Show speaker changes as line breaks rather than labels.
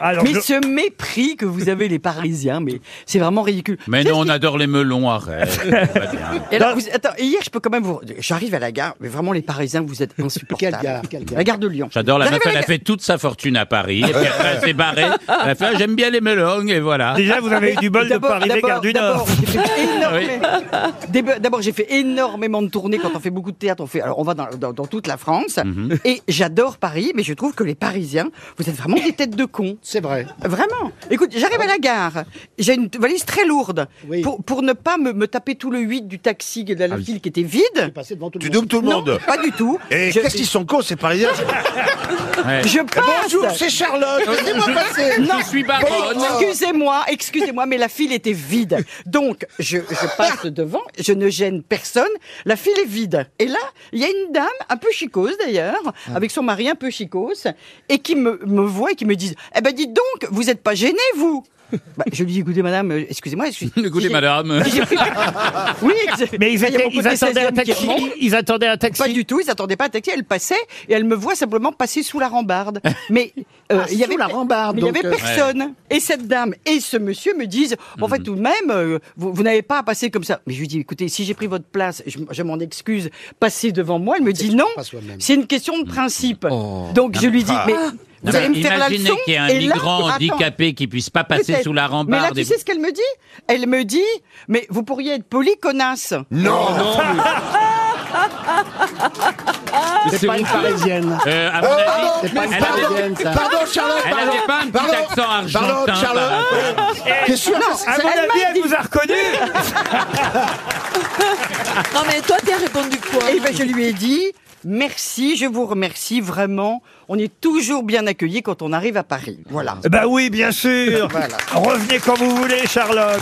Alors,
mais
je-
ce mépris que vous avez les Parisiens, mais c'est vraiment ridicule.
Mais
Qu'est-ce
non, on
qui-
adore les melons, arrête. Tout va bien.
Et
Bah-
alors, vous- attends, et hier, je peux quand même vous. J'arrive à la gare, mais vraiment, les Parisiens, vous êtes insupportables.
Quelle gare, quelle gare
La gare de Lyon.
J'adore la
J'arrive
meuf,
à
elle a
gare-
fait toute sa fortune à Paris, et puis après elle s'est barrée. Elle a fait, Ah, j'aime bien les melons, et voilà.
Déjà, vous avez eu du bol de
D'abord-
Paris,
d'abord-
Gare du Nord.
d'abord, j'ai fait énormément- Déba- D'abord, j'ai fait énormément de tournées. Quand on fait beaucoup de théâtre, on fait. Alors, on va dans, dans- dans toute la France.
Mhm.
Et j'adore Paris, mais je trouve que les Parisiens, vous êtes vraiment des têtes de cons.
C'est vrai.
Vraiment. Écoute, j'arrive à la gare. J'ai une valise très lourde.
Oui.
Pour, pour ne pas me, me taper tout le 8 du taxi de la
Ah
oui.
file qui était vide.
Passer devant tout
Tu
le monde.
doubles tout le
Non,
monde.
pas du tout.
Et
je, Ah,
qu'est-ce qu'ils sont cons, ces Parisiens
Ouais.
je passe.
Bonjour, c'est Charlotte. Laissez-moi passer.
Je suis baronne.
Excusez-moi, excusez-moi, mais la file était vide. Donc, je, je passe devant, je ne gêne personne, la file est vide. Et là, il y a une dame, un peu chicose d'ailleurs, avec son mari un peu chicose, et qui me, me voit et qui me dit « Eh ben, dites donc, vous n'êtes pas gêné, vous ?» Bah, Je lui dis « Écoutez, madame, euh, excusez-moi. excuse-
Écoutez,
j'ai-
madame.
j'ai pris- Oui, ex-
Mais ils,
il y a
étaient-
beaucoup
ils
de
attendaient un
16e qui
taxi.
rentrent.
Ils attendaient un taxi.
Pas du tout, ils n'attendaient pas à taxi, elle passait et elle me voit simplement passer sous la rambarde. Mais euh, il y avait
la rambarde,
mais il y
donc,
avait
euh,
personne. Et cette dame et ce monsieur me disent en fait tout de même euh, vous, vous n'avez pas à passer comme ça. Mais je lui dis écoutez, si j'ai pris votre place, je, m- je m'en excuse, passez devant moi. Elle me dit non,
pas soi-même.
c'est une question de principe. Donc je lui dis mais vous
Non, mais
allez me faire la
imaginez
leçon
qu'il y a un
et là,
migrant
attends,
handicapé qui puisse pas passer
peut-être.
sous la
Mais là,
rambarde.
tu
et-
sais ce qu'elle me dit Elle me dit, mais vous pourriez être poli, connasse.
Non,
C'est pas une parisienne.
Euh,
Oh,
à mon avis,
C'est pas une
Elle avait-
parisienne, ça.
Pardon, Charlotte.
Elle
pardon.
avait pas un petit
Pardon.
accent argentin.
Pardon, Charlotte. T'es sûr que c'est-
À mon
Elle
avis,
m'a
elle vous a reconnu.
Non mais toi t'es répondu quoi
Et ben, je lui ai dit merci, je vous remercie vraiment. On est toujours bien accueillis quand on arrive à Paris. Voilà.
Bah oui, bien sûr. Revenez quand vous voulez, Charlotte.